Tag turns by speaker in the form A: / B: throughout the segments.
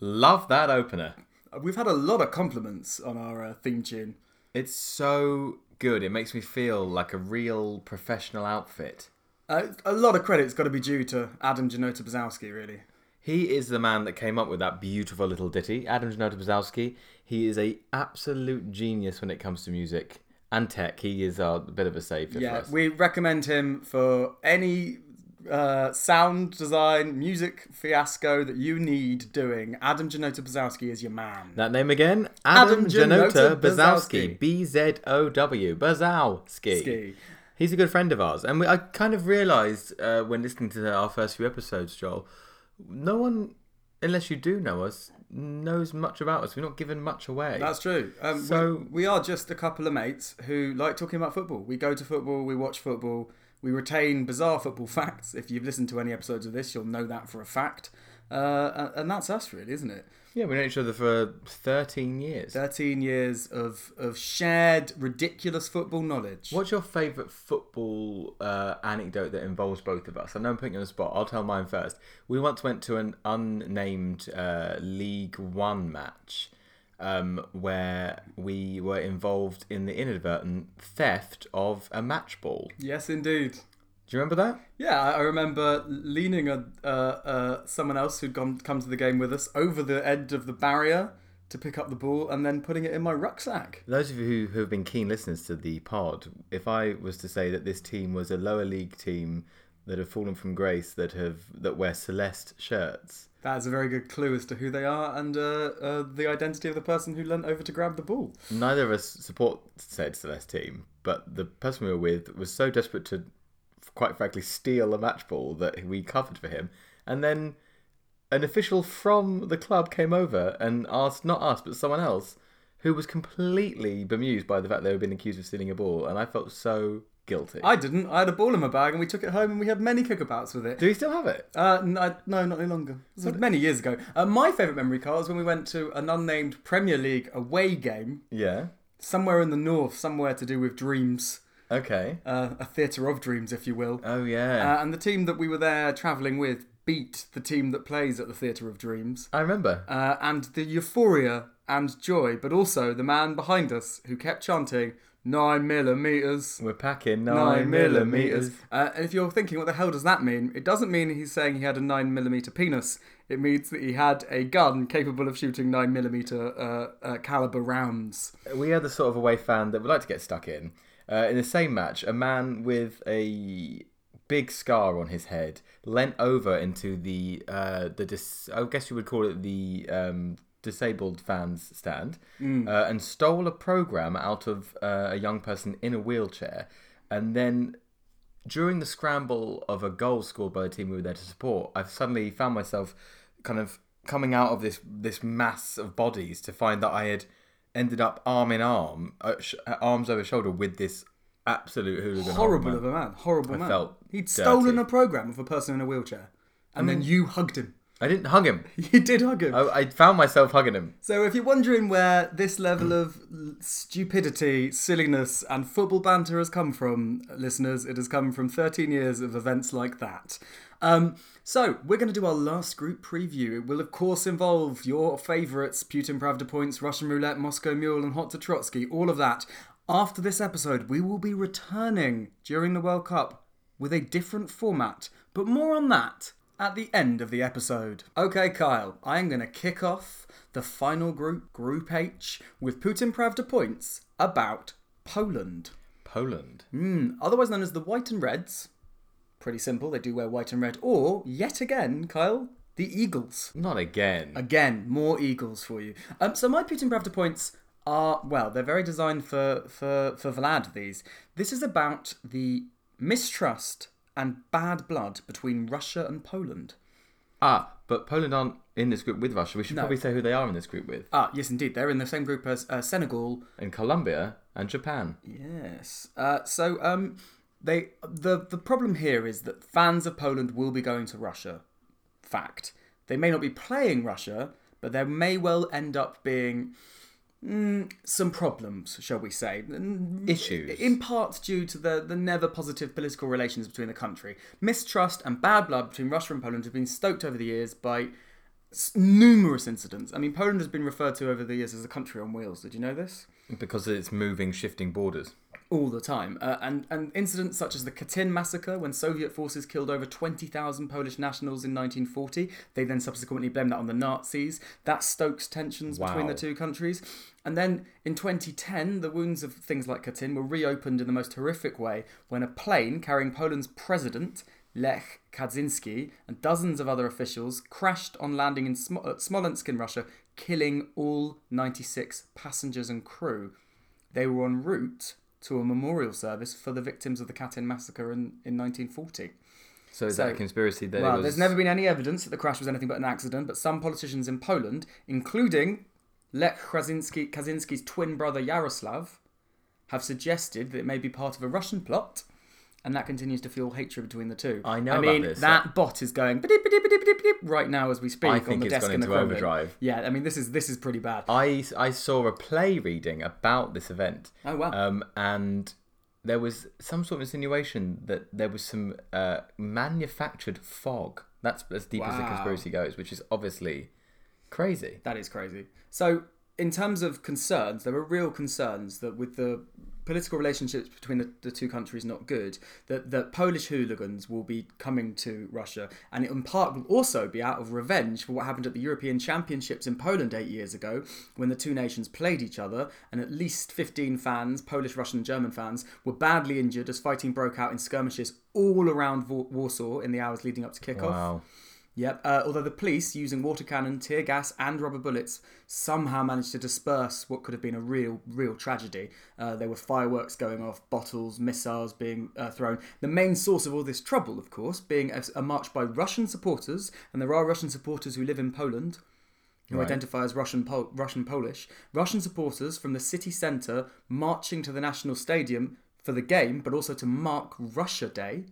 A: Love that opener.
B: We've had a lot of compliments on our uh, theme tune.
A: It's so good. It makes me feel like a real professional outfit.
B: Uh, a lot of credit's got to be due to Adam Janota Bazowski, really.
A: He is the man that came up with that beautiful little ditty, Adam Janota Bazowski. He is a absolute genius when it comes to music and tech. He is a bit of a savior for
B: Yeah,
A: us.
B: we recommend him for any uh, sound design, music fiasco that you need doing. Adam Janota Bazowski is your man.
A: That name again? Adam,
B: Adam
A: Janota
B: Janota
A: Bazowski.
B: Bazowski.
A: B Z O W. Bazowski.
B: Ski.
A: He's a good friend of ours. And we, I kind of realised uh, when listening to our first few episodes, Joel, no one, unless you do know us, knows much about us. We've not given much away.
B: That's true. Um,
A: So-
B: so we, we are just a couple of mates who like talking about football. We go to football, we watch football, we retain bizarre football facts. If you've listened to any episodes of this, you'll know that for a fact. Uh, and that's us, really, isn't it?
A: yeah, we've known each other for 13 years.
B: Thirteen years of of shared ridiculous football knowledge.
A: What's your favourite football uh, anecdote that involves both of us? I know I'm putting you on the spot. I'll tell mine first. We once went to an unnamed uh, League One match um, where we were involved in the inadvertent theft of a match ball.
B: Yes, indeed.
A: Do you remember that?
B: Yeah, I I remember leaning a, uh, uh, someone else who'd gone come to the game with us over the edge of the barrier to pick up the ball and then putting it in my rucksack.
A: Those of you who have been keen listeners to the pod, if I was to say that this team was a lower league team that have fallen from grace that have that wear Celeste shirts,
B: That's a very good clue as to who they are and uh, uh, the identity of the person who leant over to grab the ball.
A: neither of us support said Celeste team, but the person we were with was so desperate to, quite frankly, steal a match ball that we covered for him. And then an official from the club came over and asked, not us, but someone else, who was completely bemused by the fact they were being accused of stealing a ball. And I felt so guilty.
B: I didn't. I had a ball in my bag and we took it home and we had many kickabouts with it.
A: Do we still have it?
B: Uh, no, no, not any longer. It was many years ago. Uh, my favourite memory, Carl, is when we went to an unnamed Premier League away game
A: Yeah.
B: somewhere in the north, somewhere to do with dreams,
A: Okay.
B: uh, a theatre of dreams, if you will.
A: Oh yeah.
B: Uh, and the team that we were there travelling with beat the team that plays at the Theatre of Dreams.
A: I remember.
B: Uh, and the euphoria and joy, but also the man behind us who kept chanting, nine millimetres.
A: We're packing
B: Nine
A: nine millimeters.
B: millimetres. Uh, and if you're thinking, what the hell does that mean? It doesn't mean he's saying he had a nine millimetre penis. It means that he had a gun capable of shooting nine millimetre uh, uh, caliber rounds.
A: We are the sort of away fan that would like to get stuck in. Uh, in the same match, a man with a big scar on his head leant over into the uh, the dis- I guess you would call it the um, disabled fans stand uh, and stole a program out of uh, a young person in a wheelchair and then during the scramble of a goal scored by the team we were there to support, I've suddenly found myself kind of coming out of this this mass of bodies to find that I had ended up arm in arm, uh, sh- uh, arms over shoulder with this absolute hooligan.
B: Horrible
A: old
B: of
A: man.
B: a man. Horrible man.
A: felt
B: He'd
A: dirty.
B: stolen a programme of a person in a wheelchair. And then you hugged him.
A: I didn't hug him.
B: You did hug him.
A: I, I found myself hugging him.
B: So, if you're wondering where this level of l- stupidity, silliness, and football banter has come from, listeners, it has come from 13 years of events like that. Um, so, we're going to do our last group preview. It will, of course, involve your favourites Putin Pravda Points, Russian Roulette, Moscow Mule, and Hot to Trotsky, all of that. After this episode, we will be returning during the World Cup with a different format, but more on that at the end of the episode. Okay, Kyle, I'm going to kick off the final group, Group H, with Putin Pravda points about Poland.
A: Poland.
B: Hmm, Otherwise known as the White and Reds. Pretty simple, they do wear white and red. Or, yet again, Kyle, the Eagles.
A: Not again.
B: Again, more Eagles for you. Um, so my Putin Pravda points are well, they're very designed for for for Vlad. These. This is about the mistrust and bad blood between Russia and Poland.
A: ah, but Poland aren't in this group with Russia. We should probably say who they are in this group with.
B: Ah, yes, indeed, they're in the same group as uh, Senegal.
A: And Colombia and Japan.
B: Yes. Uh, so um, they the the problem here is that fans of Poland will be going to Russia. Fact. They may not be playing Russia, but there may well end up being. mm, some problems, shall we say? Mm,
A: Issues.
B: in part due to the, the never positive political relations between the country. Mistrust and bad blood between Russia and Poland have been stoked over the years by s- numerous incidents. I mean, Poland has been referred to over the years as a country on wheels. Did you know this?
A: because it's moving, shifting borders.
B: all the time. Uh, and, and incidents such as the Katyn massacre, when Soviet forces killed over 20,000 Polish nationals in 1940, they then subsequently blamed that on the Nazis. That stokes tensions between
A: Wow.
B: the two countries. And then in 2010, the wounds of things like Katyn were reopened in the most horrific way when a plane carrying Poland's president, Lech Kaczynski, and dozens of other officials crashed on landing in Smo- uh, Smolensk in Russia, killing all 96 passengers and crew they were en route to a memorial service for the victims of the Katyn massacre in, in 1940.
A: So is that
B: So-
A: a conspiracy? That it
B: Well,
A: was-
B: there's never been any evidence that the crash was anything but an accident, but some politicians in Poland, including Lech Kaczynski, Kaczynski's twin brother Yaroslav, have suggested that it may be part of a Russian plot, and that continues to fuel hatred between the two.
A: I know
B: I
A: about
B: mean,
A: this.
B: that bot is going "Ba-dip, ba-dip, ba-dip, ba-dip, ba-dip," right now as we speak
A: I
B: on
A: think
B: the
A: it's
B: desk
A: gone
B: in the
A: into
B: Kremlin.
A: overdrive. Oh,
B: Yeah, I mean, this is this is pretty bad.
A: I, I saw a play reading about this event.
B: Oh, wow.
A: Um, and there was some sort of insinuation that there was some uh, manufactured fog. That's as deep as a
B: Wow.
A: conspiracy goes, which is obviously crazy.
B: That is crazy. So, in terms of concerns, there are real concerns that with the political relationships between the, the two countries not good, that, that Polish hooligans will be coming to Russia, and it in part will also be out of revenge for what happened at the European Championships in Poland eight years ago, when the two nations played each other, and at least 15 fans, Polish, Russian, German fans, were badly injured as fighting broke out in skirmishes all around Wa- Warsaw in the hours leading up to kickoff.
A: Wow.
B: Yep. Uh, although the police, using water cannon, tear gas, and rubber bullets, somehow managed to disperse what could have been a real, real tragedy. Uh, there were fireworks going off, bottles, missiles being uh, thrown. The main source of all this trouble, of course, being a, a march by Russian supporters, and there are Russian supporters who live in Poland who identify as Russian Pol- Russian Polish, Russian supporters from the city centre marching to the national stadium for the game, but also to mark Russia Day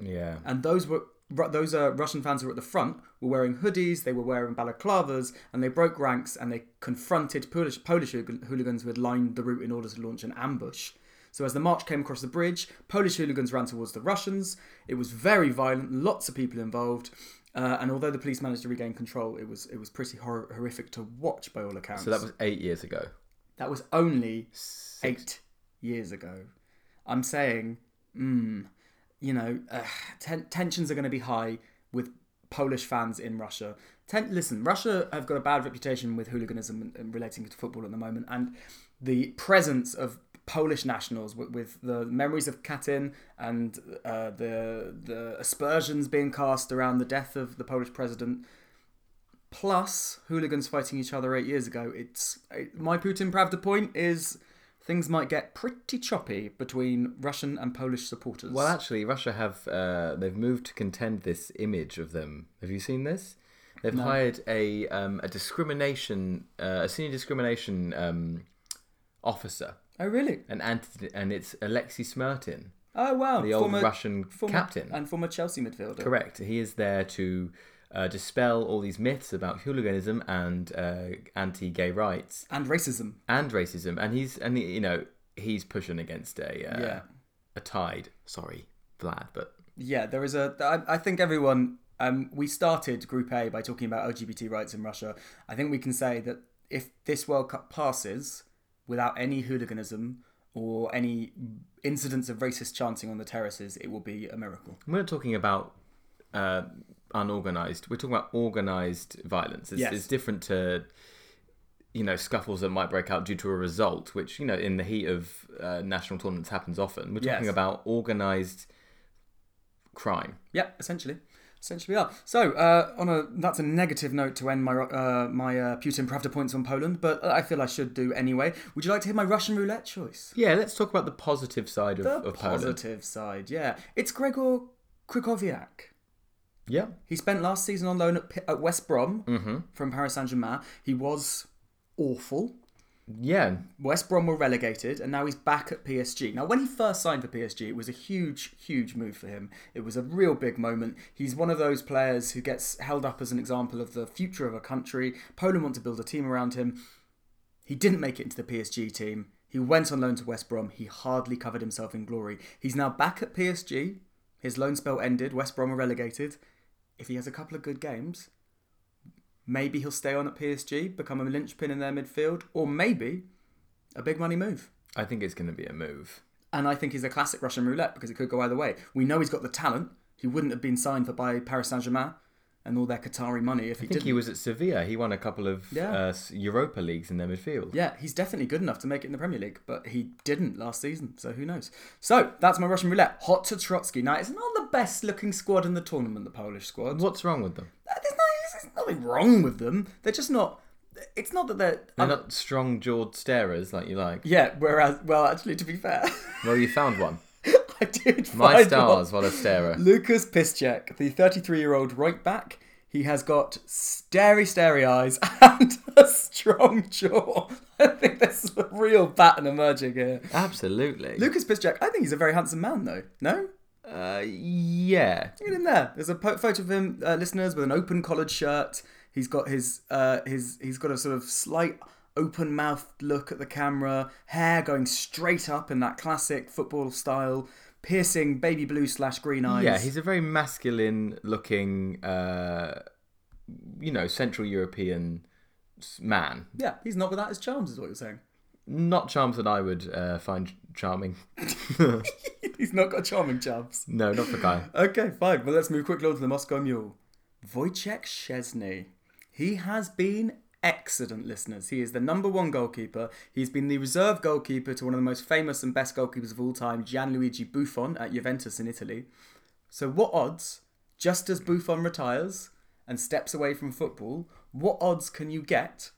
A: Yeah.
B: and those were Ru- those uh, Russian fans who were at the front were wearing hoodies, they were wearing balaclavas, and they broke ranks and they confronted Polish Polish hooligan- hooligans who had lined the route in order to launch an ambush. So as the march came across the bridge, Polish hooligans ran towards the Russians. It was very violent, lots of people involved, uh, and although the police managed to regain control, it was it was pretty hor- horrific to watch by all accounts.
A: So that was eight years ago.
B: That was only eight years ago. I'm saying, mm, you know, uh, ten- tensions are going to be high with Polish fans in Russia. Ten- Listen, Russia have got a bad reputation with hooliganism and, and relating to football at the moment, and the presence of Polish nationals with, with the memories of Katyn and uh, the the aspersions being cast around the death of the Polish president plus hooligans fighting each other eight years ago. It's it, my Putin Pravda point is things might get pretty choppy between Russian and Polish supporters.
A: Well, actually, Russia have uh, they've moved to contend this image of them. Have you seen this? They've hired a um, a discrimination uh, a senior discrimination um, officer,
B: oh really?
A: an anti- and it's Alexei Smirtin,
B: Oh wow!
A: the old Russian
B: former-
A: captain.
B: and former Chelsea midfielder.
A: Correct. He is there to uh, dispel all these myths about hooliganism and uh, anti-gay rights
B: And racism.
A: and racism, and he's and he, you know he's pushing against a uh,
B: Yeah.
A: a tide. Sorry, Vlad, but
B: Yeah, there is a. I, I think everyone. Um, we started Group A by talking about LGBT rights in Russia. I think we can say that if this World Cup passes without any hooliganism or any incidents of racist chanting on the terraces, it will be a miracle.
A: we're not talking about uh, unorganized. We're talking about organized violence. It's,
B: Yes.
A: it's different to you know scuffles that might break out due to a result, which you know in the heat of uh, national tournaments happens often. We're talking
B: Yes.
A: about organized crime.
B: Yep, essentially, essentially we are. So uh, on a that's a negative note to end my uh, my uh, Putin Pravda points on Poland, but I feel I should do anyway. Would you like to hear my Russian roulette choice?
A: Yeah, let's talk about the positive side of,
B: The
A: of Poland.
B: positive side, yeah. It's Gregor Krikoviak.
A: Yeah,
B: He spent last season on loan at, P- at West Brom
A: Mm-hmm.
B: from Paris Saint Germain. He was awful.
A: yeah,
B: West Brom were relegated, and now he's back at PSG. Now, when he first signed for PSG, it was a huge, huge move for him. It was a real big moment. He's one of those players who gets held up as an example of the future of a country. Poland want to build a team around him. He didn't make it into the PSG team. He went on loan to West Brom. He hardly covered himself in glory. He's now back at PSG. His loan spell ended. West Brom are relegated. If he has a couple of good games, Maybe he'll stay on at PSG, become a linchpin in their midfield, or maybe a big money move.
A: I think it's going to be a move.
B: And I think he's a classic Russian roulette because it could go either way. We know he's got the talent. He wouldn't have been signed for by Paris Saint Germain and all their Qatari money if he
A: I think
B: didn't.
A: he was at Sevilla. He won a couple of
B: Yeah.
A: uh, Europa leagues in their midfield.
B: Yeah, he's definitely good enough to make it in the Premier League, but he didn't last season, so who knows? So that's my Russian roulette. Hot to Trotsky. Now, it's not the best looking squad in the tournament, the Polish squad.
A: What's wrong with them?
B: Uh, There's, no, there's nothing wrong with them. They're just not. It's not that they're.
A: They're not strong-jawed starers like you like.
B: Yeah, whereas, well, actually, to be fair,
A: Well, you found one.
B: I did
A: My
B: find one.
A: stars, what a starer.
B: Lucas Piszczek, the 33 year old right back. He has got starey, starey eyes and a strong jaw. I think there's a real pattern emerging here.
A: Absolutely.
B: Lucas Piszczek, I think he's a very handsome man, though. No?
A: Uh, yeah.
B: Look at him there. There's a po- photo of him, uh, listeners, with an open collared shirt. He's got his, uh, his, he's got a sort of slight open mouthed look at the camera, hair going straight up in that classic football style, piercing baby blue slash green eyes.
A: Yeah, he's a very masculine-looking, uh, you know, Central European s- man.
B: yeah, he's not without his charms, is what you're saying.
A: Not charms that I would uh, find charming.
B: He's not got charming jobs.
A: No, not the guy.
B: Okay, fine. Well, let's move quickly on to the Moscow Mule. Wojciech Szczesny. He has been excellent, listeners. He is the number one goalkeeper. He's been the reserve goalkeeper to one of the most famous and best goalkeepers of all time, Gianluigi Buffon at Juventus in Italy. So, what odds, just as Buffon retires and steps away from football, what odds can you get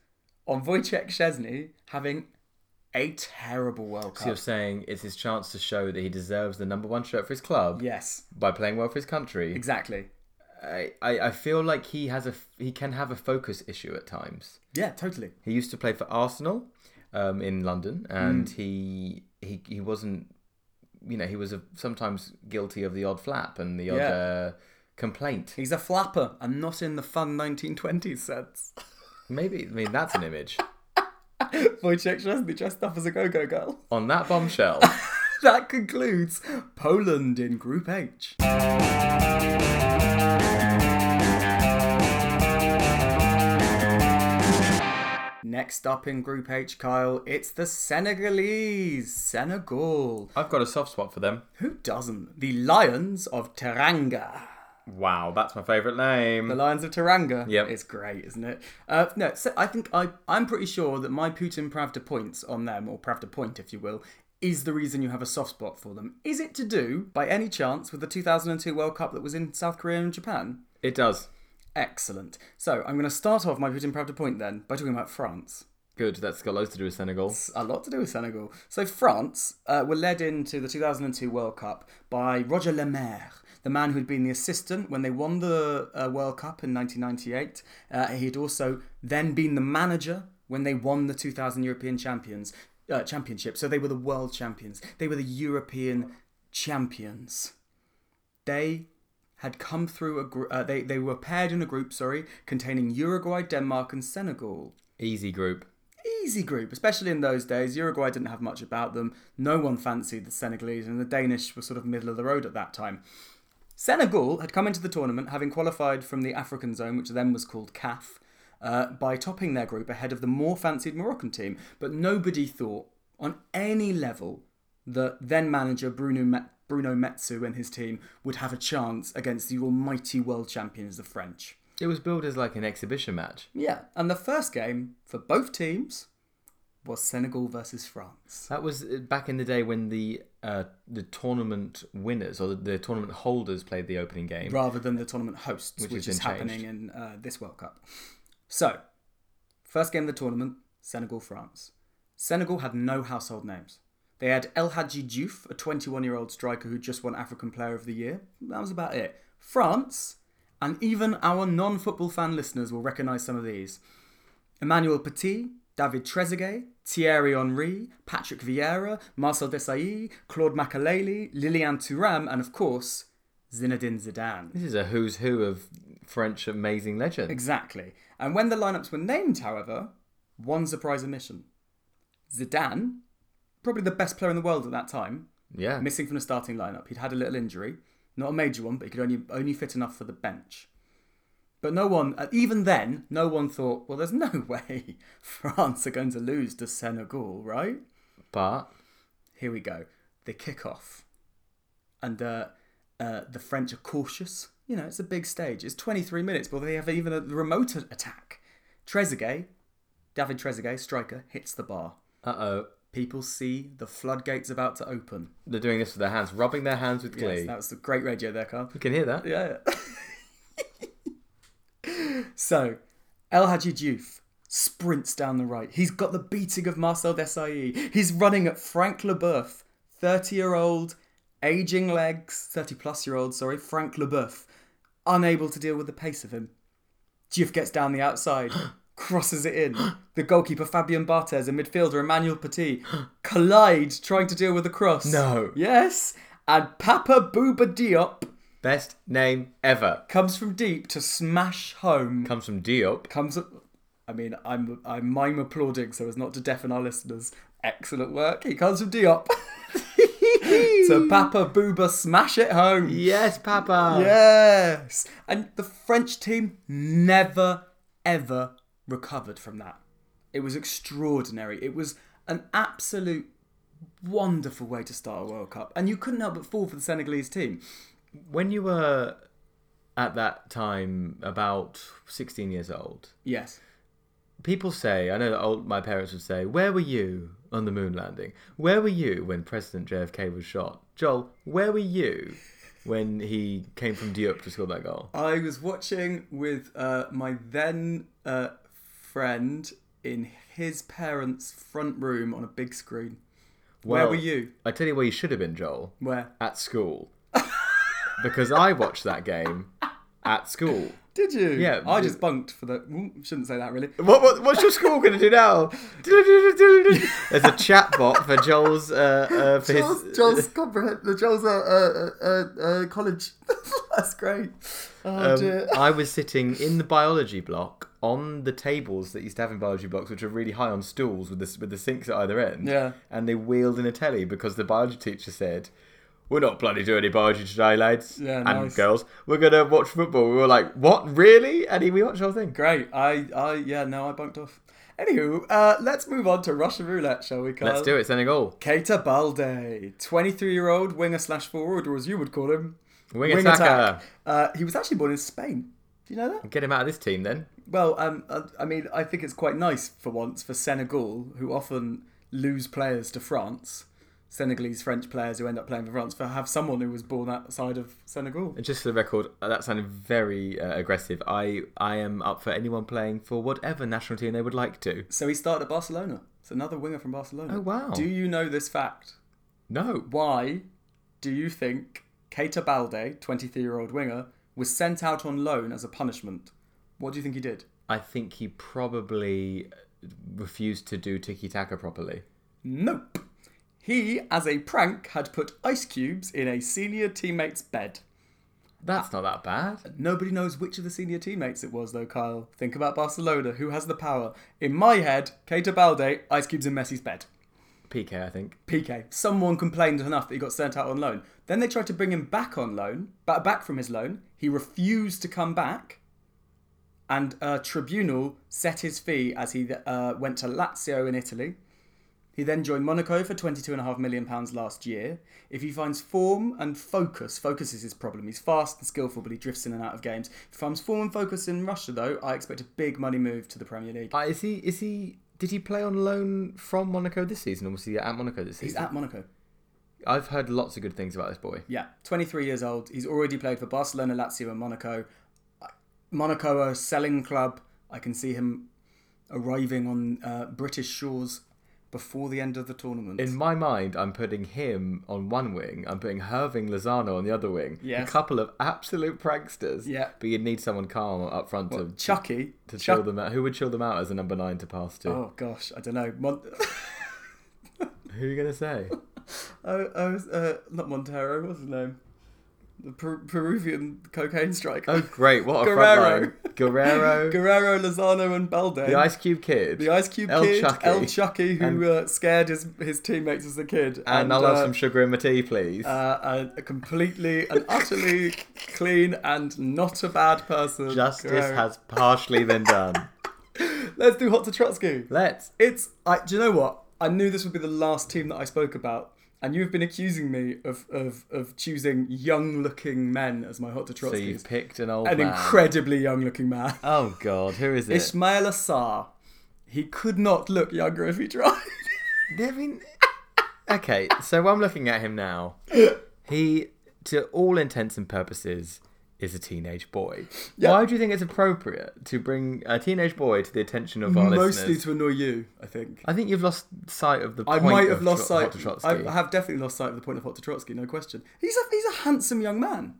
B: on Wojciech Szczesny having a terrible World
A: You're
B: Cup?
A: saying it's his chance to show that he deserves the number one shirt for his club
B: Yes,
A: by playing well for his country.
B: exactly.
A: I, I, I feel like he has a f- he can have a focus issue at times.
B: Yeah, totally.
A: He used to play for Arsenal um, in London, and he he he wasn't you know he was a, sometimes guilty of the odd flap and the odd
B: Yeah.
A: uh, complaint.
B: He's a flapper and not in the fun 1920s sense.
A: Maybe I mean that's an image
B: Wojciech Szczesny dressed up as a go-go girl.
A: on that bombshell.
B: That concludes Poland in Group H. Next up in Group H, Kyle, it's the Senegalese, Senegal.
A: I've got a soft spot for them.
B: Who doesn't? The Lions of Teranga.
A: Wow, that's my favourite name.
B: The Lions of Teranga.
A: Yep.
B: It's great, isn't it? Uh, no, so I think I, I'm pretty sure that my Putin Pravda points on them, or Pravda point, if you will, is the reason you have a soft spot for them. Is it to do, by any chance, with the 2002 World Cup that was in South Korea and Japan?
A: It does.
B: Excellent. So I'm going to start off my Putin Pravda point then by talking about France.
A: Good. That's got loads to do with Senegal.
B: It's a lot to do with Senegal. So France uh, were led into the 2002 World Cup by Roger Lemaire, the man who'd been the assistant when they won the uh, World Cup in 1998. Uh, he'd also then been the manager when they won the 2000 European Champions uh, Championship. So they were the world champions. They were the European champions. They had come through a group. Uh, they they were paired in a group, sorry, containing Uruguay, Denmark, and Senegal
A: Easy group.
B: easy group, especially in those days. Uruguay didn't have much about them. No one fancied the Senegalese, and the Danish were sort of middle of the road at that time. Senegal had come into the tournament having qualified from the African zone, which then was called CAF, uh, by topping their group ahead of the more fancied Moroccan team. But nobody thought on any level that then manager Bruno, Met- Bruno Metsu and his team would have a chance against the almighty world champions, the French.
A: It was billed as like an exhibition match.
B: Yeah, and the first game for both teams was Senegal versus France.
A: That was uh, back in the day when the uh, the tournament winners or the, the tournament holders played the opening game.
B: Rather than the tournament hosts, which,
A: has
B: is
A: been
B: happening in uh, this World Cup. So, first game of the tournament, Senegal France. Senegal had no household names. They had El Hadji Diouf, a 21 year old striker who just won African Player of the Year. That was about it. France, and even our non football fan listeners will recognise some of these. Emmanuel Petit, David Trezeguet, Thierry Henry, Patrick Vieira, Marcel Desailly, Claude Makaleli, Lilian Thuram, and of course, Zinedine Zidane.
A: This is a who's who of French amazing legends.
B: Exactly. And when the lineups were named, however, one surprise omission. Zidane, probably the best player in the world at that time,
A: yeah.
B: missing from the starting lineup. He'd had a little injury, not a major one, but he could only only fit enough for the bench. But no one, uh, even then, no one thought, well, there's no way France are going to lose to Senegal, right?
A: But
B: Here we go. They kick off. And uh, uh, the French are cautious. You know, it's a big stage. It's 23 minutes, but they have even a remote a- attack. Trezeguet, David Trezeguet, striker, hits the bar.
A: uh oh,
B: People see the floodgates about to open.
A: they're doing this with their hands, rubbing their hands with glee.
B: Yes, that was the great radio there, Carl.
A: you can hear that.
B: Yeah. so, El Hadji Diouf sprints down the right. He's got the beating of Marcel Desailly. He's running at Frank Leboeuf, 30 year old, aging legs, 30 plus year old, sorry, Frank Leboeuf, unable to deal with the pace of him. Diouf gets down the outside, crosses it in. The goalkeeper, Fabian Barthez, and midfielder, Emmanuel Petit, collide trying to deal with the cross.
A: No.
B: Yes. And Papa Booba Diop
A: Best name ever
B: comes from deep to smash home.
A: comes from Diop.
B: Comes, I mean, I'm I'm mime applauding so as not to deafen our listeners. Excellent work. He comes from Diop. so Papa Booba smash it home.
A: Yes, Papa.
B: Yes. And the French team never, ever recovered from that. It was extraordinary. It was an absolute wonderful way to start a World Cup. And you couldn't help but fall for the Senegalese team.
A: When you were at that time about 16 years old,
B: Yes.
A: people say, I know that old, my parents would say, Where were you on the moon landing? Where were you when President JFK was shot? Joel, where were you when he came from Diop to score that goal?
B: I was watching with uh, my then uh, friend in his parents' front room on a big screen. Where
A: Well-
B: were you?
A: I tell you where you should have been, Joel,
B: Where?
A: at school. because I watched that game at school.
B: Did you?
A: Yeah,
B: I
A: did-
B: just bunked for the. mm, Shouldn't say that really.
A: What, what, what's your school going to do now? There's a chat bot for Joel's, uh, uh, for his.
B: Joel's comprehend. The Joel's uh, uh, uh, uh, college. That's great. Oh
A: Um, I was sitting in the biology block on the tables that used to have in biology blocks, which are really high on stools with the with the sinks at either end.
B: Yeah.
A: And they wheeled in a telly because the biology teacher said, "We're not bloody doing any biology today, lads
B: Yeah,
A: and
B: nice.
A: girls. We're gonna watch football." We were like, "What, really?" And he, we watched the whole thing.
B: Great. I. I. Yeah. No. I bunked off. Anywho, uh, let's move on to Russian roulette, shall we? Carl?
A: Let's do it, Senegal.
B: Keita Balde, 23 year old winger slash forward, or as you would call him,
A: Wing,
B: wing
A: attacker.
B: attack. Uh, he was actually born in Spain. Do you know that?
A: Get him out of this team then.
B: Well, um, uh, I mean, I think it's quite nice for once for Senegal, who often lose players to France, Senegalese French players who end up playing for France, for have someone who was born outside of Senegal.
A: Just for the record, uh, that sounded very uh, aggressive. I I am up for anyone playing for whatever national team they would like to.
B: So he started at Barcelona. It's another winger from Barcelona.
A: Oh, wow.
B: Do you know this fact?
A: No,
B: Why do you think Keita Balde, 23 year old winger, was sent out on loan as a punishment? What do you think he did?
A: I think he probably refused to do tiki taka properly.
B: Nope. He, as a prank, had put ice cubes in a senior teammate's bed.
A: That's not that bad.
B: Nobody knows which of the senior teammates it was, though, Kyle. Think about Barcelona. Who has the power? In my head, Keita Balde, ice cubes in Messi's bed.
A: PK, I think.
B: PK. Someone complained enough that he got sent out on loan. Then they tried to bring him back on loan, ba- back from his loan. He refused to come back, and a tribunal set his fee as he uh, went to Lazio in Italy. He then joined Monaco for £22.5 million pounds last year. If he finds form and focus, focus is his problem. He's fast and skillful, but he drifts in and out of games. If he finds form and focus in Russia, though, I expect a big money move to the Premier League.
A: Uh, is he? Is he? Did he play on loan from Monaco this season, or was he at Monaco this
B: He's
A: season?
B: at Monaco.
A: I've heard lots of good things about this boy.
B: Yeah, 23 years old. He's already played for Barcelona, Lazio, and Monaco. I- Monaco are a selling club. I can see him arriving on uh, British shores before the end of the tournament.
A: In my mind, I'm putting him on one wing. I'm putting Herving Lozano on the other wing.
B: Yes.
A: A couple of absolute pranksters.
B: Yeah.
A: But you'd need someone calm up front to
B: Chucky.
A: to
B: Chuck-
A: chill them out. Who would chill them out as a number nine to pass to?
B: Oh gosh, I don't know. Mon-
A: Who are you gonna say?
B: oh, oh, it's, uh, not Montero. What's his name? The per- Peruvian cocaine striker.
A: Oh, great! What a
B: Guerrero.
A: front Guerrero,
B: Guerrero, Lozano, and Balde.
A: Oh, the Ice Cube Kid,
B: The Ice Cube
A: El
B: kid,
A: Chucky.
B: El Chucky, who
A: And-
B: uh, scared his his teammates as a kid,
A: and, I'll have
B: uh,
A: some sugar in my tea, please.
B: uh, a completely and utterly clean and not a bad person.
A: Justice
B: Guerrero.
A: has partially been done.
B: Let's do Hot to Trotsky.
A: Let's.
B: It's I. Do you know what? I knew this would be the last team that I spoke about, and you've been accusing me of of, of choosing young-looking men as my Hot to
A: So
B: Trotsky.
A: you've picked an old
B: an
A: man.
B: incredibly young-looking man.
A: Oh God, who is it?
B: Ismail Assar. He could not look younger if he tried.
A: I mean, okay, so I'm looking at him now. He, to all intents and purposes, is a teenage boy. Why do you think it's appropriate to bring a teenage boy to the attention of our
B: Mostly
A: listeners?
B: to annoy you, I think.
A: I think you've lost sight of the
B: I
A: point.
B: might
A: of
B: have lost
A: Tro-
B: sight.
A: Trotsky.
B: I have definitely lost sight of the point of Hot to Trotsky, no question. He's a he's a handsome young man.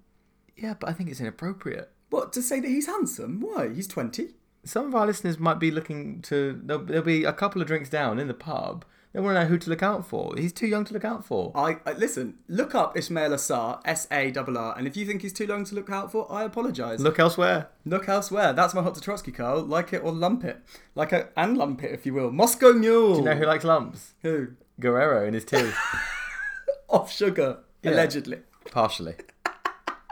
A: Yeah, but I think it's inappropriate.
B: What to say that he's handsome? Why? He's twenty.
A: Some of our listeners might be looking to. There'll, there'll be a couple of drinks down in the pub. They want to know who to look out for. He's too young to look out for.
B: I, I listen. Look up Ismail Assar, S A R R, and if you think he's too long to look out for, I apologise.
A: Look
B: Look,
A: elsewhere.
B: elsewhere. That's my Hot to Trotsky, Carl. Like it or lump it. Like a and lump it if you will. Moscow Mule.
A: You know who likes lumps?
B: who?
A: Guerrero in his tea.
B: Off sugar, allegedly.
A: Partially.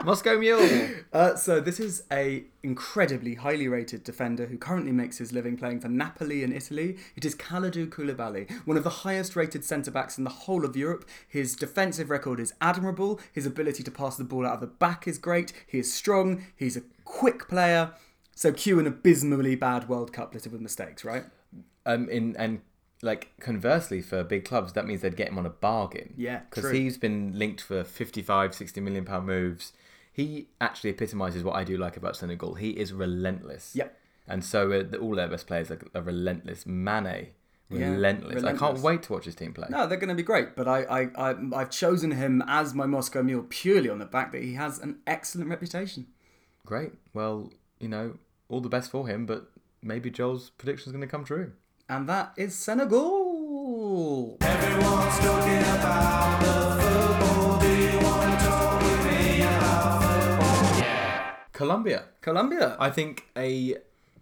A: Moscow Mule.
B: Uh, so this is a incredibly highly rated defender who currently makes his living playing for Napoli in Italy. It is Kalidou Koulibaly, one of the highest rated centre backs in the whole of Europe. His defensive record is admirable. His ability to pass the ball out of the back is great. He is strong. He's a quick player. So cue an abysmally bad World Cup littered with mistakes, right?
A: Um, in and like conversely for big clubs, that means they'd get him on a bargain.
B: Yeah,
A: because
B: true.
A: he's been linked for 55, 60 million pound moves. He actually epitomises what I do like about Senegal. He is relentless.
B: Yep.
A: And so uh, the- all their best players are, are relentless. Mane, relentless. I can't
B: relentless.
A: wait to watch his team play.
B: No, they're going to be great, but I, I, I, I've chosen him as my Moscow Mule purely on the fact that he has an excellent reputation.
A: Great. Well, you know, all the best for him, but maybe Joel's prediction's going to come true.
B: And that is Senegal.
A: Colombia.
B: Colombia.
A: I think a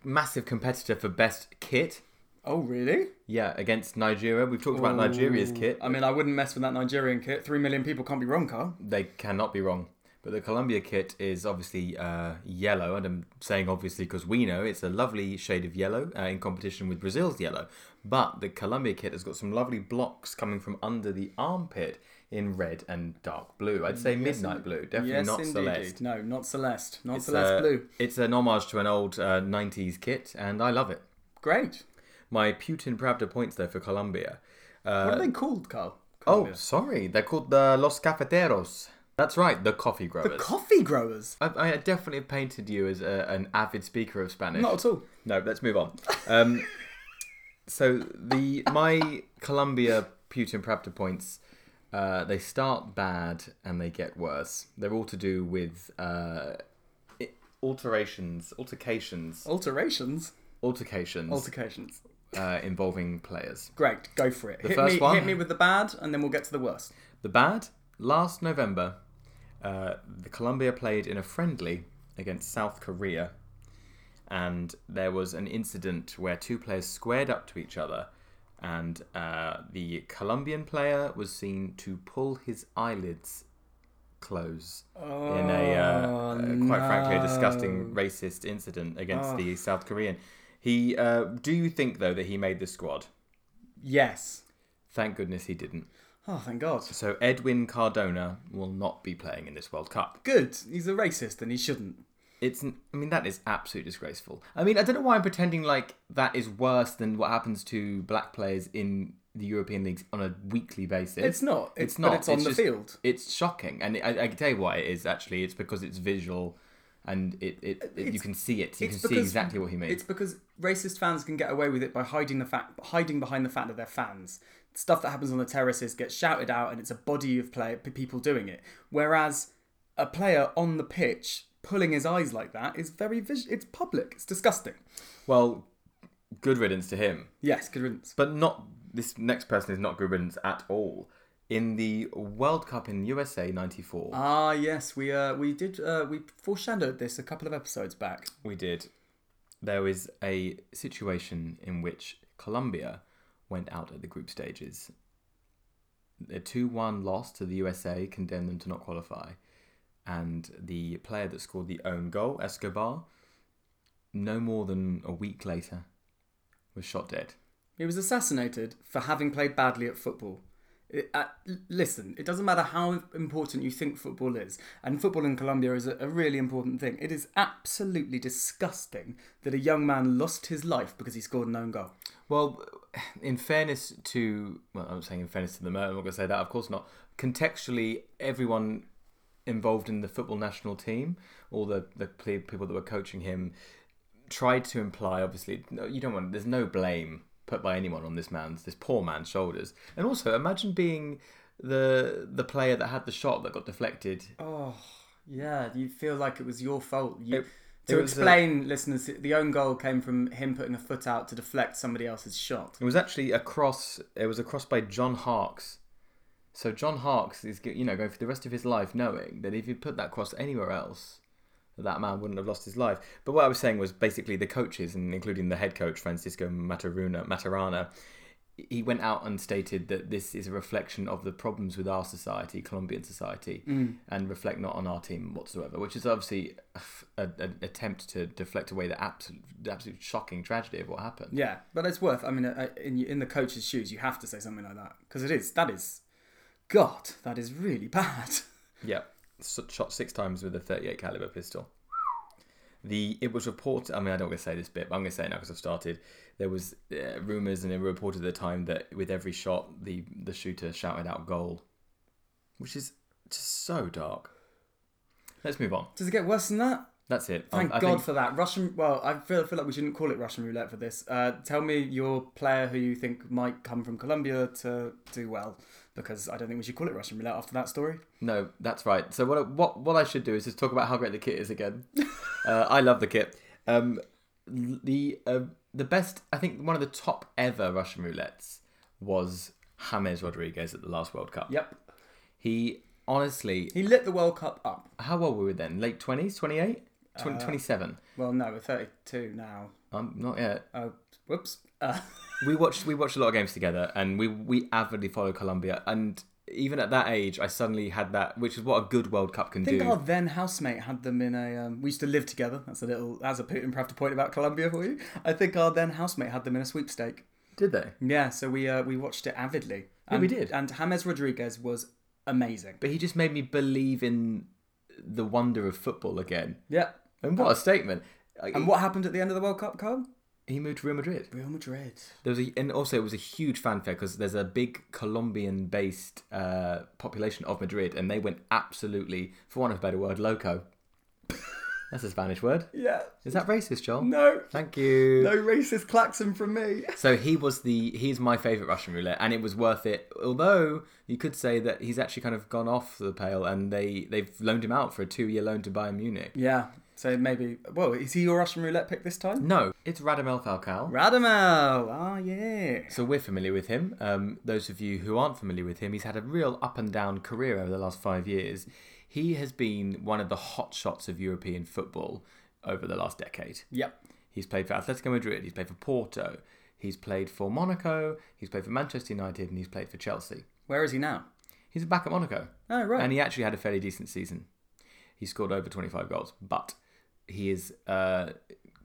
A: massive competitor for best kit.
B: oh, really?
A: Yeah, against Nigeria. We've talked about Nigeria's kit.
B: I mean, I wouldn't mess with that Nigerian kit. Three million people can't be wrong, Carl.
A: they cannot be wrong. But the Columbia kit is obviously uh, yellow, and I'm saying obviously because we know it's a lovely shade of yellow uh, in competition with Brazil's yellow. But the Columbia kit has got some lovely blocks coming from under the armpit in red and dark blue. I'd say midnight blue, definitely not Celeste.
B: No, not Celeste. Not Celeste
A: Uh,
B: Blue.
A: It's an homage to an old uh, 90s kit, and I love it.
B: Great.
A: My Putin Pravda points though for Colombia. uh,
B: What are they called, Carl?
A: Oh, sorry, they're called the Los Cafeteros. That's right, the coffee growers.
B: Coffee growers.
A: I, I definitely have painted you as a, an avid speaker of Spanish.
B: Not at all.
A: No, let's move on. Um, so the my Colombia Putin Pravda points, uh, they start bad and they get worse. They're all to do with uh, i- alterations, altercations,
B: Alterations.
A: altercations
B: Altercations.
A: uh, involving players.
B: Great. Go for it. hit
A: first
B: me.
A: one?
B: Hit me with the bad, and then we'll get to the worst.
A: The bad last November, uh, the Colombia played in a friendly against South Korea, and there was an incident where two players squared up to each other, and uh, the Colombian player was seen to pull his eyelids close in a, uh, uh, quite frankly a disgusting racist incident against the South Korean. He, uh, do you think though that he made the squad?
B: Yes.
A: Thank goodness he didn't.
B: Oh, thank God.
A: So Edwin Cardona will not be playing in this World Cup.
B: Good. He's a racist, and he shouldn't.
A: It's n- I mean that is absolutely disgraceful. I mean I don't know why I'm pretending like that is worse than what happens to black players in the European leagues on a weekly basis.
B: It's not. It's, But it's on the
A: just-
B: field.
A: It's shocking, and I, I can tell you why it is actually. It's because it's visual, and it, it, it- you can see it. You can
B: it's
A: see
B: because-
A: exactly what he means.
B: It's because racist fans can get away with it by hiding the fact, hiding behind the fact that they're fans. Stuff that happens on the terraces gets shouted out, and it's a body of play p- people doing it. Whereas a player on the pitch pulling his eyes like that is very vis- it's public. It's disgusting.
A: Well, good riddance to him.
B: Yes, good riddance.
A: but not this next person is not good riddance at all. In the World Cup in USA '94,
B: Ah, yes, we uh, we did uh, we foreshadowed this a couple of episodes back.
A: we did there was a situation in which Colombia went out at the group stages. A 2 1 loss to the USA condemned them to not qualify. And the player that scored the own goal, Escobar, no more than a week later, was shot dead.
B: He was assassinated for having played badly at football. It, uh, l- listen, it doesn't matter how important you think football is, and football in Colombia is a, a really important thing. It is absolutely disgusting that a young man lost his life because he scored an own goal.
A: Well, in fairness to, well, I'm saying in fairness to the murder, I'm not going to say that, of course not. Contextually, everyone involved in the football national team, all the, the ple- people that were coaching him, tried to imply, obviously, no, you don't want, there's no blame put by anyone on this man's, this poor man's shoulders. And also, imagine being the the player that had the shot that got deflected.
B: Oh, yeah, you feel like it was your fault. You,
A: It-
B: to
A: it was a-
B: explain, listeners, the own goal came from him putting a foot out to deflect somebody else's shot.
A: It was actually a cross. It was a cross by John Harkes. So John Harkes is, you know, going for the rest of his life knowing that if he put that cross anywhere else, that man wouldn't have lost his life. But what I was saying was basically the coaches, and including the head coach Francisco Mataruna, Matarana, he went out and stated that this is a reflection of the problems with our society, Colombian society, and reflect not on our team whatsoever. Which is obviously an attempt to deflect away the absolute, the absolute shocking tragedy of what happened.
B: Yeah, but it's worth. I mean, uh, uh, in in the coach's shoes, you have to say something like that because it is that is, God, that is really bad.
A: Yeah, S- shot six times with a 38 caliber pistol. The it was reported. I mean, I don't want to say this bit, but I'm going to say it now because I've started. There was uh, rumors and it reported at the time that with every shot, the the shooter shouted out "goal," which is just so dark. Let's move on.
B: Does it get worse than that?
A: That's it. I-
B: Thank
A: Oh, I
B: God
A: think-
B: for that. Russian. Well, I feel feel like we shouldn't call it Russian roulette for this. Uh, tell me your player who you think might come from Colombia to do well, because I don't think we should call it Russian roulette after that story.
A: No, that's right. So what what what I should do is just talk about how great the kit is again. uh, I love the kit. Um, the uh, the best I think one of the top ever Russian roulettes was James Rodriguez at the last World Cup.
B: Yep.
A: He honestly,
B: He lit the World Cup up.
A: how old were we then? Late twenties, 28? 20, 27?
B: Well, no, we're 32 now.
A: I'm Um, not yet.
B: Oh, whoops. Uh,
A: we watched we watched a lot of games together and we we avidly follow Colombia and even at that age I suddenly had that which is what a good World Cup can
B: I think
A: do.
B: our then housemate had them in a. Um, we used to live together. That's a little. That's a Putin improv point about Colombia for you. I think our then housemate had them in a sweepstake.
A: Did they?
B: Yeah, so we uh, we watched it avidly.
A: Yeah,
B: and,
A: we did.
B: And James Rodriguez was amazing.
A: but he just made me believe in the wonder of football again.
B: Yeah.
A: And what a statement! Like,
B: And what happened at the end of the World Cup, Carl?
A: he moved to Real Madrid.
B: Real Madrid.
A: There was a, and also it was a huge fanfare because there's a big Colombian-based uh, population of Madrid, and they went absolutely, for want of a better word, loco. That's a Spanish word.
B: Yeah.
A: Is that racist, Joel?
B: No.
A: Thank you.
B: No racist klaxon from me.
A: So he was the he's my favorite Russian roulette, and it was worth it. Although you could say that he's actually kind of gone off the pale, and they they've loaned him out for a two-year loan to Bayern Munich.
B: Yeah. So maybe. Well, is he your Russian roulette pick this time?
A: No, it's Radamel Falcao.
B: Radamel. Ah, yeah.
A: So we're familiar with him. Um, those of you who aren't familiar with him, he's had a real up and down career over the last five years. He has been one of the hot shots of European football over the last decade.
B: Yep.
A: He's played for Atletico Madrid, he's played for Porto, he's played for Monaco, he's played for Manchester United, and he's played for Chelsea.
B: Where is he now?
A: He's back at Monaco.
B: Oh, right.
A: And he actually had a fairly decent season. He scored over 25 goals, but he is uh,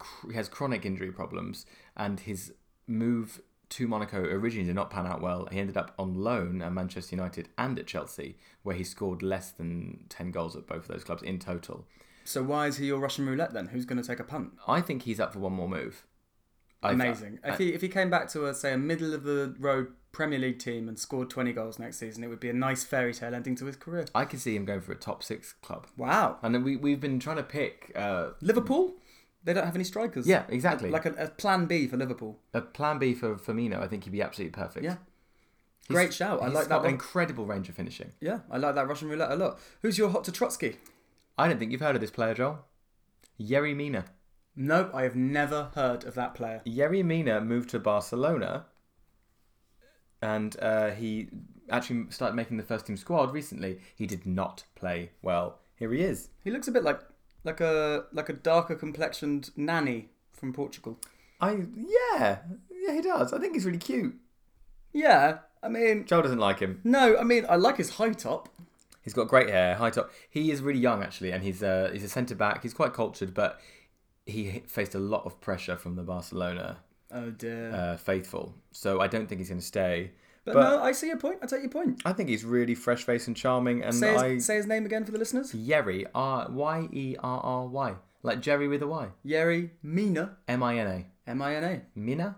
A: cr- he has chronic injury problems, and his move to Monaco originally did not pan out well. He ended up on loan at Manchester United and at Chelsea, where he scored less than 10 goals at both of those clubs in total.
B: So why is he your Russian roulette then? Who's going to take a punt?
A: I think he's up for one more move. I-
B: Amazing.
A: I-
B: if he if he came back to a say a middle of the road Premier League team and scored twenty goals next season, it would be a nice fairy tale ending to his career.
A: I could see him going for a top six club.
B: Wow.
A: And then we, we've been trying to pick. Uh,
B: Liverpool, they don't have any strikers.
A: yeah, exactly.
B: Like a, a plan B for Liverpool.
A: A plan B for Firmino, I think he'd be absolutely perfect.
B: Yeah. Great shout. I
A: He's
B: like
A: got
B: that one.
A: incredible range of finishing.
B: Yeah, I like that Russian roulette a lot. Who's your hot to Trotsky?
A: I don't think you've heard of this player, Joel. Yerry Mina.
B: Nope, I have never heard of that player.
A: Yerry Mina moved to Barcelona, and uh, he actually started making the first team squad recently. He did not play well. Here he is.
B: He looks a bit like like a like a darker complexioned nanny from Portugal.
A: I yeah yeah he does. I think he's really cute.
B: Yeah, I mean,
A: Joel doesn't like him.
B: no, I mean, I like his high top.
A: He's got great hair, high top. He is really young actually, and he's uh, he's a centre back. He's quite cultured, but he h- faced a lot of pressure from the Barcelona
B: Oh dear.
A: uh, faithful. So I don't think he's going to stay.
B: but,
A: But,
B: no, I see your point. I take your point.
A: I think he's really fresh faced and charming. And
B: Say his,
A: I
B: say his name again for the listeners.
A: Yerry R Y E R R Y like Jerry with a Y
B: Yeri Mina.
A: M I N A
B: M I N A.
A: Mina.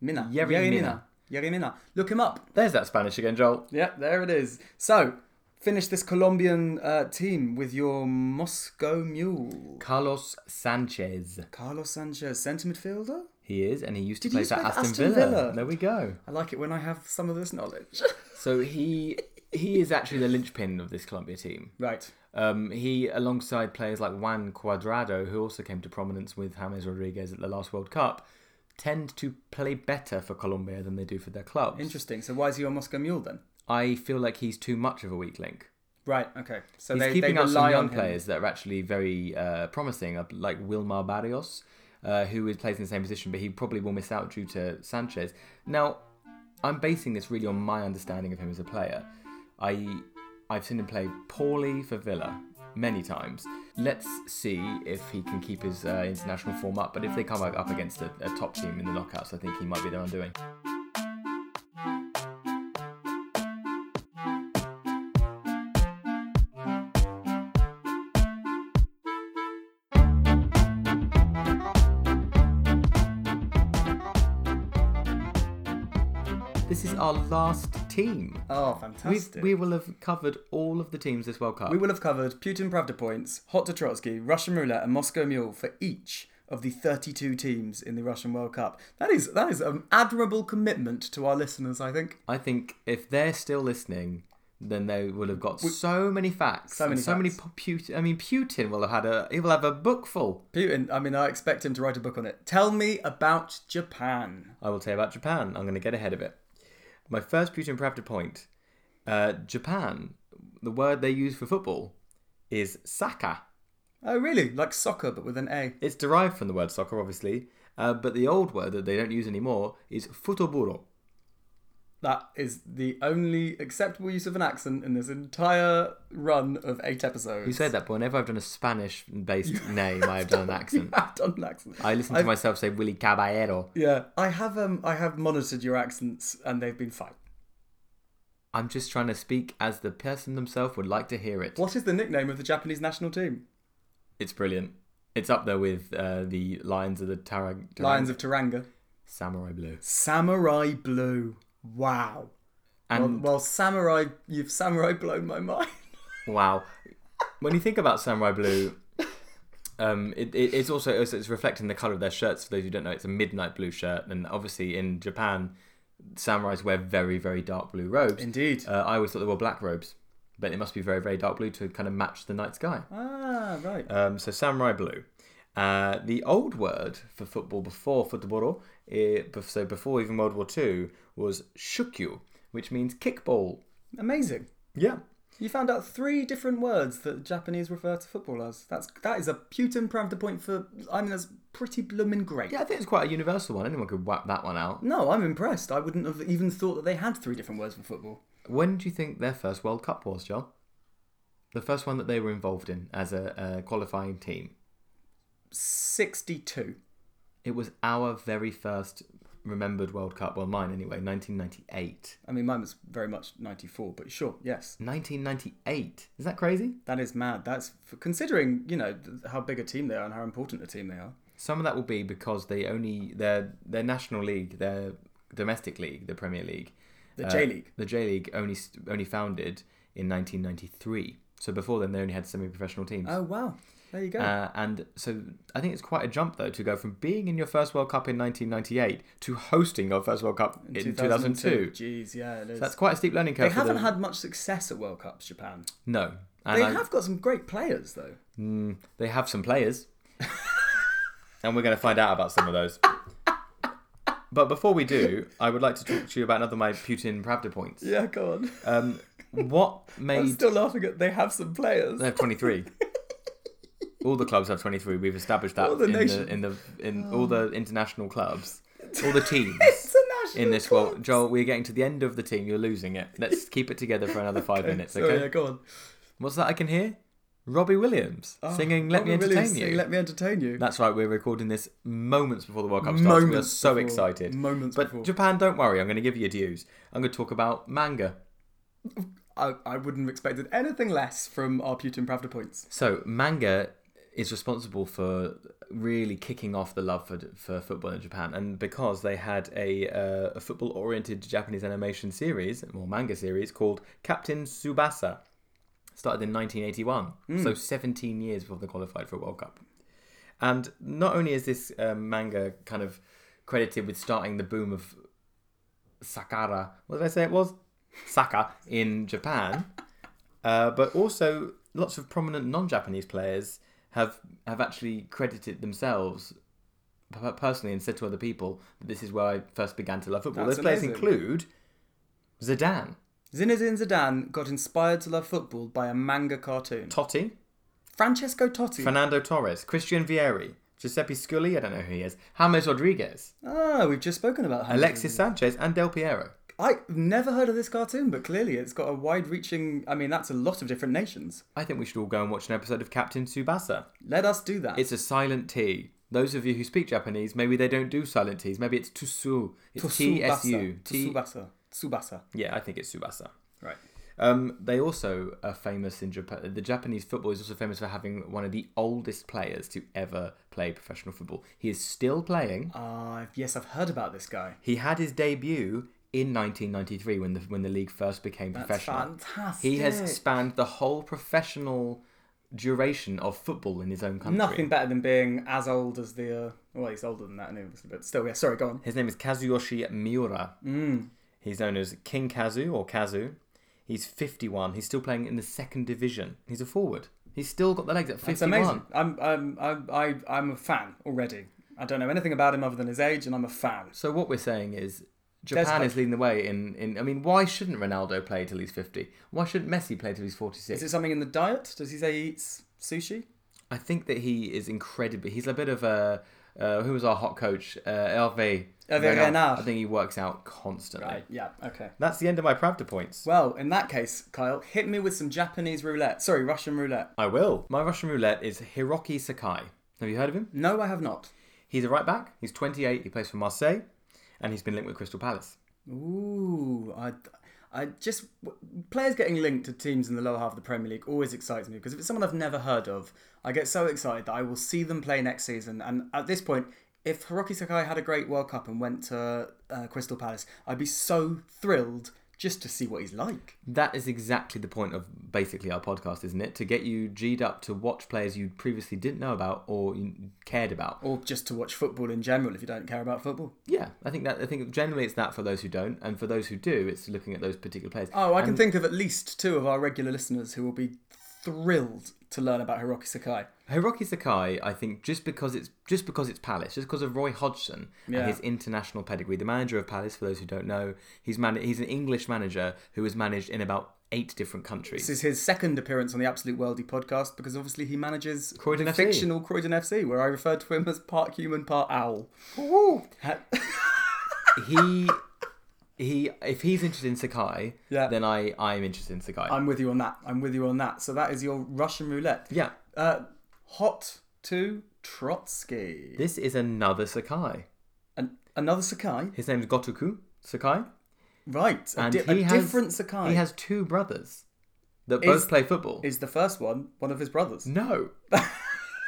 B: Mina.
A: Yeri Mina.
B: Yeri Mina. Look him up.
A: There's that Spanish again, Joel.
B: Yep, there it is. So, finish this Colombian uh, team with your Moscow Mule.
A: Carlos Sanchez.
B: Carlos Sanchez, centre midfielder?
A: He is, and he used to
B: Did he
A: play
B: used
A: for
B: to play for
A: Aston,
B: Aston
A: Villa.
B: Villa?
A: There we go.
B: I like it when I have some of this knowledge.
A: So he he is actually the linchpin of this Colombia team.
B: right.
A: Um, he, alongside players like Juan Cuadrado, who also came to prominence with James Rodriguez at the last World Cup, tend to play better for Colombia than they do for their clubs.
B: Interesting. So, why is he your Moscow Mule then?
A: I feel like he's too much of a weak link.
B: Right, okay. So,
A: He's
B: they,
A: keeping
B: they
A: up some
B: rely
A: young
B: on him.
A: players that are actually very uh, promising, up- like Wilmar Barrios, uh, who is plays in the same position, but he probably will miss out due to Sanchez. Now, I'm basing this really on my understanding of him as a player. I I've seen him play poorly for Villa many times. Let's see if he can keep his uh, international form up. But if they come up up against a, a top team in the knockouts, I think he might be their undoing. This is our last team.
B: Oh,
A: We,
B: fantastic.
A: we will have covered all of the teams this World Cup.
B: We will have covered Putin Pravda points, Hot to Trotsky, Russian roulette, and Moscow Mule for each of the 32 teams in the Russian World Cup. That is that is an admirable commitment to our listeners, I think.
A: I think if they're still listening, then they will have got so many facts.
B: So
A: and
B: many
A: so many
B: facts.
A: pu- Putin. I mean, Putin will have had a. He will have a book full.
B: Putin, I mean, I expect him to write a book on it. Tell me about Japan.
A: I will tell you about Japan. I'm going to get ahead of it. My first Putin Pravda point. Uh, Japan. The word they use for football is saka.
B: Oh, really? Like soccer, but with an A.
A: It's derived from the word soccer, obviously, uh, but the old word that they don't use anymore is futoburo.
B: That is the only acceptable use of an accent in this entire run of eight episodes.
A: You said that, but whenever I've done a Spanish-based name, I have done an accent.
B: I've done an accent.
A: I listen to myself say Willy Caballero.
B: yeah, I have. Um, I have monitored your accents, and they've been fine.
A: I'm just trying to speak as the person themselves would like to hear it.
B: What is the nickname of the Japanese national team?
A: It's brilliant. It's up there with uh, the Lions of the Tarag. Tarag-
B: Lions of Taranga.
A: Samurai Blue.
B: Samurai Blue. Wow.
A: And
B: Well, Samurai, you've Samurai blown my mind.
A: wow, when you think about Samurai Blue, um, it, it, it's also it's, it's reflecting the color of their shirts. For those who don't know, it's a midnight blue shirt, and obviously in Japan, samurais wear very very dark blue robes.
B: Indeed.
A: Uh, I always thought they wore black robes, but it must be very very dark blue to kind of match the night sky.
B: ah, right.
A: Um, so samurai blue. Uh, the old word for football before futboro, eh, bef- so before even World War Two, was shukyu, which means kickball.
B: Amazing.
A: Yeah.
B: You found out three different words that Japanese refer to football as. That's that is a Putin Pravda point for. I mean, that's pretty bloomin' great.
A: Yeah, I think it's quite a universal one. Anyone could whack that one out.
B: No, I'm impressed. I wouldn't have even thought that they had three different words for football.
A: When do you think their first World Cup was, Joel? The first one that they were involved in as a, a qualifying team.
B: Sixty-two.
A: It was our very first remembered World Cup, well, mine anyway, 1998.
B: I mean, mine was very much ninety-four, but sure, yes,
A: 1998? Is that crazy?
B: that is mad. That's considering you know th- how big a team they are and how important a team they are.
A: Some of that will be because they only their their national league, their domestic league, the Premier League,
B: The
A: uh,
B: J League.
A: the J League only st- only founded in 1993. So before then, they only had semi-professional teams.
B: Oh wow, there you go.
A: Uh, and so I think it's quite a jump though to go from being in your first World Cup in 1998 to hosting your first World Cup in, 2002.
B: Jeez, yeah, it is.
A: That's quite a steep learning curve.
B: they
A: for
B: haven't
A: the-
B: had much success at World Cups, Japan.
A: no, and
B: They
A: I-
B: have got some great players though.
A: Mm, they have some players. and we're going to find out about some of those. But before we do, I would like to talk to you about another of my Putin Pravda points.
B: Yeah, go on.
A: Um, what
B: I'm
A: made.
B: still laughing at they have some players.
A: They have 23. all the clubs have 23. We've established that
B: All the
A: in,
B: nation- Oh.
A: the, in the in all the international clubs, all the teams
B: International
A: in this
B: clubs.
A: world. Joel, we're getting to the end of the team. You're losing it. Let's keep it together for another five minutes,
B: So
A: okay?
B: yeah, go on.
A: What's that I can hear? Robbie Williams singing "Let Me
B: Robin
A: Entertain
B: Oh, Williams
A: You."
B: singing Let me entertain you.
A: That's right. We're recording this moments before the World Cup starts. we are
B: Moments
A: so
B: before.
A: excited.
B: Moments
A: but
B: before.
A: Japan, don't worry. I'm going to give you your dues. I'm going to talk about manga.
B: I, I wouldn't have expected anything less from our Putin Pravda points.
A: So manga is responsible for really kicking off the love for for football in Japan, and because they had a uh, a football oriented Japanese animation series or manga series called Captain Tsubasa, started in 1981,
B: Hmm.
A: so 17 years before they qualified for a World Cup. And not only is this uh, manga kind of credited with starting the boom of Sakara, what did I say it was? Saka in Japan, uh, but also lots of prominent non-Japanese players have have actually credited themselves p- personally and said to other people that this is where I first began to love football.
B: That's
A: Those players
B: amazing.
A: include Zidane,
B: Zinedine Zidane got inspired to love football by a manga cartoon.
A: Totti,
B: Francesco Totti.
A: Fernando Torres, Christian Vieri, Giuseppe Scully, I don't know who he is, James Rodriguez,
B: ah, we've just spoken about him.
A: Alexis Sanchez, and Del Piero.
B: I've never heard of this cartoon, but clearly it's got a wide-reaching. I mean, that's a lot of different nations.
A: I think we should all go and watch an episode of Captain Tsubasa.
B: Let us do that.
A: It's a silent T. Those of you who speak Japanese, maybe they don't do silent T's. Maybe it's Tusu. It's T S U.
B: Tsubasa.
A: T.
B: Tsubasa. Tsubasa.
A: Yeah, I think it's Tsubasa.
B: Right.
A: Um, they also are famous in Japan. The Japanese football is also famous for having one of the oldest players to ever play professional football. He is still playing.
B: Uh, yes, I've heard about this guy.
A: He had his debut in 1993 when the when the league first became
B: That's
A: professional.
B: fantastic.
A: He has spanned the whole professional duration of football in his own country.
B: nothing better than being as old as the. Uh, well, he's older than that anyway, but still, yeah. Sorry, go on.
A: His name is Kazuyoshi Miura.
B: Mm.
A: He's known as King Kazu or Kazu. He's 51. He's still playing in the second division. He's a forward. He's still got the legs at 51.
B: It's amazing. I'm, I'm, I'm, I, I'm a fan already. I don't know anything about him other than his age, and I'm a fan.
A: So what we're saying is Japan
B: hope.
A: is leading the way in, in I mean, why shouldn't Ronaldo play till he's 50? Why shouldn't Messi play till he's 46?
B: Is it something in the diet? Does he say he eats sushi?
A: I think that he is incredibly. He's a bit of a. Uh, who was our hot coach? Uh, Hervé.
B: Hervé Renard.
A: I think he works out constantly.
B: Right. Yeah. Okay.
A: That's the end of my Pravda points.
B: Well, in that case, Kyle, hit me with some Japanese roulette. Sorry, Russian roulette.
A: I will. My Russian roulette is Hiroki Sakai. Have you heard of him?
B: No, I have not.
A: He's a right back. He's 28. He plays for Marseille, and he's been linked with Crystal Palace.
B: Ooh, I, I just players getting linked to teams in the lower half of the Premier League always excites me because if it's someone I've never heard of, I get so excited that I will see them play next season. And at this point, if Hiroki Sakai had a great World Cup and went to uh, Crystal Palace, I'd be so thrilled just to see what he's like.
A: That is exactly the point of basically our podcast, isn't it? To get you G'd up to watch players you previously didn't know about or you cared about.
B: Or just to watch football in general if you don't care about football.
A: Yeah, I think that I think generally it's that for those who don't, and for those who do, it's looking at those particular players.
B: Oh, I can
A: And
B: think of at least two of our regular listeners who will be thrilled to learn about Hiroki Sakai.
A: Hiroki Sakai, I think, just because it's just because it's Palace, just because of Roy Hodgson
B: Yeah.
A: and his international pedigree, the manager of Palace. For those who don't know, he's man- he's an English manager who has managed in about eight different countries.
B: This is his second appearance on the Absolute Worldie podcast because obviously he manages
A: Croydon
B: the
A: FC.
B: fictional Croydon FC, where I referred to him as part human, part owl. Ha-
A: he he if he's interested in Sakai,
B: Yeah.
A: then I I am interested in Sakai.
B: I'm with you on that. I'm with you on that. So that is your Russian roulette.
A: yeah.
B: Uh, hot to Trotsky.
A: This is another Sakai.
B: An- another Sakai.
A: His name's Gotoku Sakai.
B: Right. A,
A: And
B: di-
A: he
B: a
A: has
B: different Sakai
A: He has two brothers that both play football.
B: is the first one, one of his brothers.
A: no.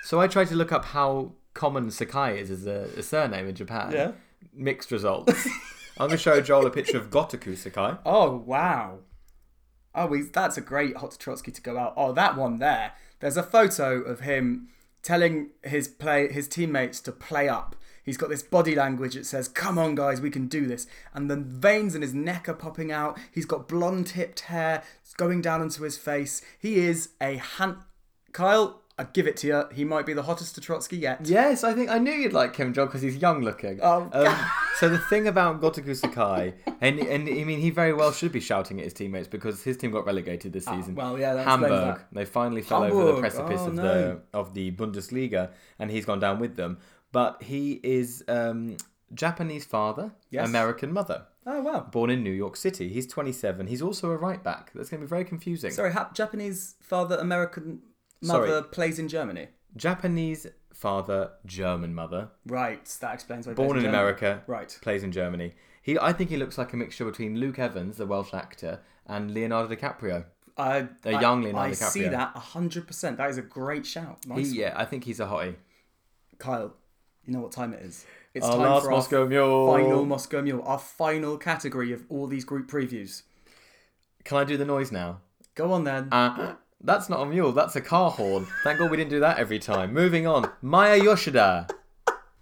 A: so I tried to look up how common Sakai is as a, a surname in Japan.
B: Yeah.
A: Mixed results. I'm gonna show Joel a picture of Gotoku Sakai.
B: Oh, wow. Oh, we, that's a great Hot to Trotsky to go out. Oh, that one there. There's a photo of him telling his play his teammates to play up. He's got this body language that says, "Come on, guys, we can do this." And the veins in his neck are popping out. He's got blonde-tipped hair going down into his face. He is a han. Kyle, I give it to you. He might be the hottest to Trotsky yet.
A: Yes, I think I knew you'd like Kim Jong because he's young looking.
B: Oh,
A: um, so the thing about Gotoku Sakai, and and I mean he very well should be shouting at his teammates because his team got relegated this season.
B: Ah, well, yeah, that explains
A: Hamburg,
B: that.
A: they finally fell over the
B: Hamburg,
A: precipice
B: oh,
A: of
B: no.
A: the of the Bundesliga, and he's gone down with them. But he is um, Japanese father,
B: Yes.
A: American mother,
B: Oh wow.
A: born in New York City. He's 27. He's also a right back. That's going to be very confusing.
B: Sorry, ha- Japanese father, American mother
A: Sorry.
B: plays in Germany.
A: Japanese father, German mother.
B: Right, that explains why. he
A: born
B: plays
A: in
B: Germany.
A: America,
B: Right.
A: Plays in Germany. He, I think he looks like a mixture between Luke Evans, the Welsh actor, and Leonardo DiCaprio.
B: I,
A: A
B: I-
A: young Leonardo
B: I see
A: DiCaprio.
B: that hundred percent. That is a great shout.
A: He,
B: Nice,
A: yeah, I think he's a hottie.
B: Kyle. You know what time it is? It's
A: Our
B: time
A: last
B: for our
A: Moscow Mule.
B: final Moscow Mule, our final category of all these group previews.
A: Can I do the noise now?
B: Go on then.
A: Uh, that's not a mule. That's a car horn. Thank God we didn't do that every time. Moving on, Maya Yoshida.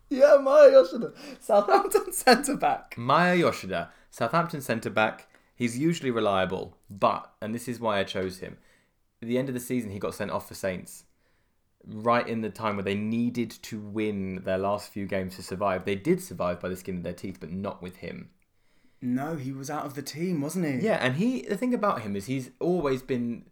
B: yeah, Maya Yoshida, Southampton centre back.
A: Maya Yoshida, Southampton centre back. He's usually reliable, but and this is why I chose him. At the end of the season, he got sent off for Saints, right in the time where they needed to win their last few games to survive. They did survive by the skin of their teeth, but not with him.
B: No, he was out of the team, wasn't he?
A: Yeah, and he the thing about him is he's always been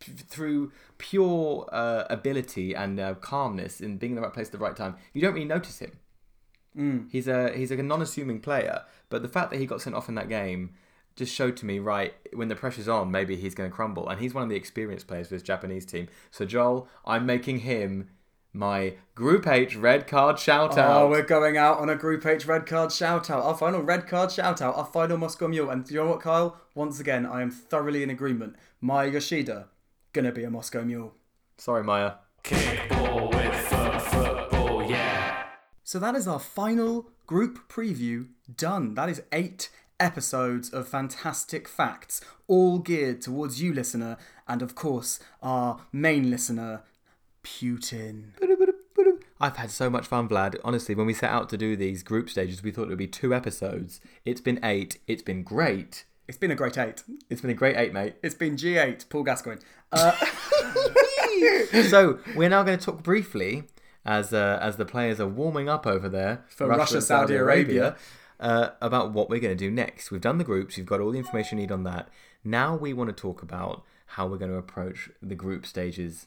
A: through pure uh, ability and uh, calmness in being in the right place at the right time. You don't really notice him. He's a he's like a non-assuming player, but the fact that he got sent off in that game just showed to me right when the pressure's on, maybe he's going to crumble. And he's one of the experienced players for this Japanese team. So Joel, I'm making him my Group H red card shout out.
B: Oh, we're going out on a Group H red card shout out. Our final red card shout out. Our final Moscow Mule. And you know what, Kyle? Once again, I am thoroughly in agreement. Maya Yoshida, gonna be a Moscow Mule.
A: Sorry, Maya.
C: Kickball with foot football, yeah.
B: So that is our final group preview done. That is eight episodes of fantastic facts, all geared towards you, listener, and of course, our main listener, Putin.
A: I've had so much fun, Vlad. Honestly, when we set out to do these group stages, we thought it would be two episodes. It's been eight. It's been great.
B: It's been a great eight.
A: It's been a great eight, mate.
B: It's been G8, Paul Gascoigne. Uh,
A: so we're now going to talk briefly as uh, as the players are warming up over there for
B: Russia, Saudi Arabia.
A: uh, about what we're going to do next. We've done the groups. We've got all the information you need on that. Now we want to talk about how we're going to approach the group stages.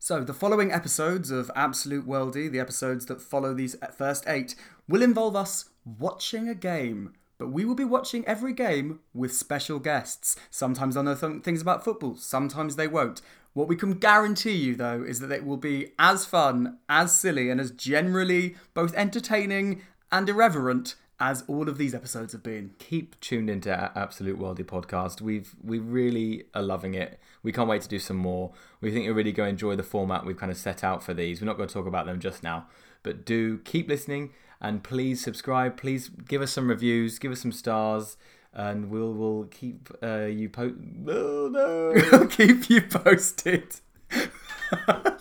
B: So, the following episodes of Absolute Worldie, the episodes that follow these first eight, will involve us watching a game. But we will be watching every game with special guests. Sometimes they'll know th- things about football, sometimes they won't. What we can guarantee you, though, is that it will be as fun, as silly, and as generally both entertaining and irreverent as all of these episodes have been.
A: Keep tuned into our Absolute Worldie podcast. We've we really are loving it. We can't wait to do some more. We think you're really going to enjoy the format we've kind of set out for these. We're not going to talk about them just now, but do keep listening and please subscribe. Please give us some reviews, give us some stars, and we'll we'll keep uh, you po. Oh, no.
B: I'll keep you posted.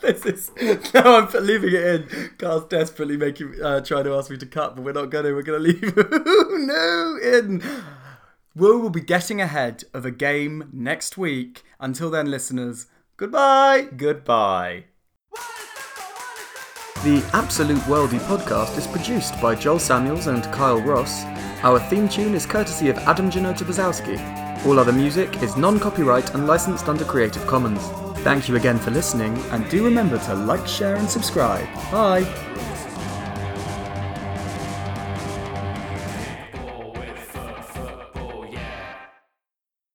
B: this is no, I'm leaving it in. Carl's desperately making uh, trying to ask me to cut, but we're not going to. We're going to leave. no, in. We will be getting ahead of a game next week. Until then, listeners, goodbye.
A: Goodbye.
B: The Absolute Worldie podcast is produced by Joel Samuels and Kyle Ross. Our theme tune is courtesy of Adam Janota Bazowski. All other music is non copyright and licensed under Creative Commons. Thank you again for listening, and do remember to like, share, and subscribe. Bye!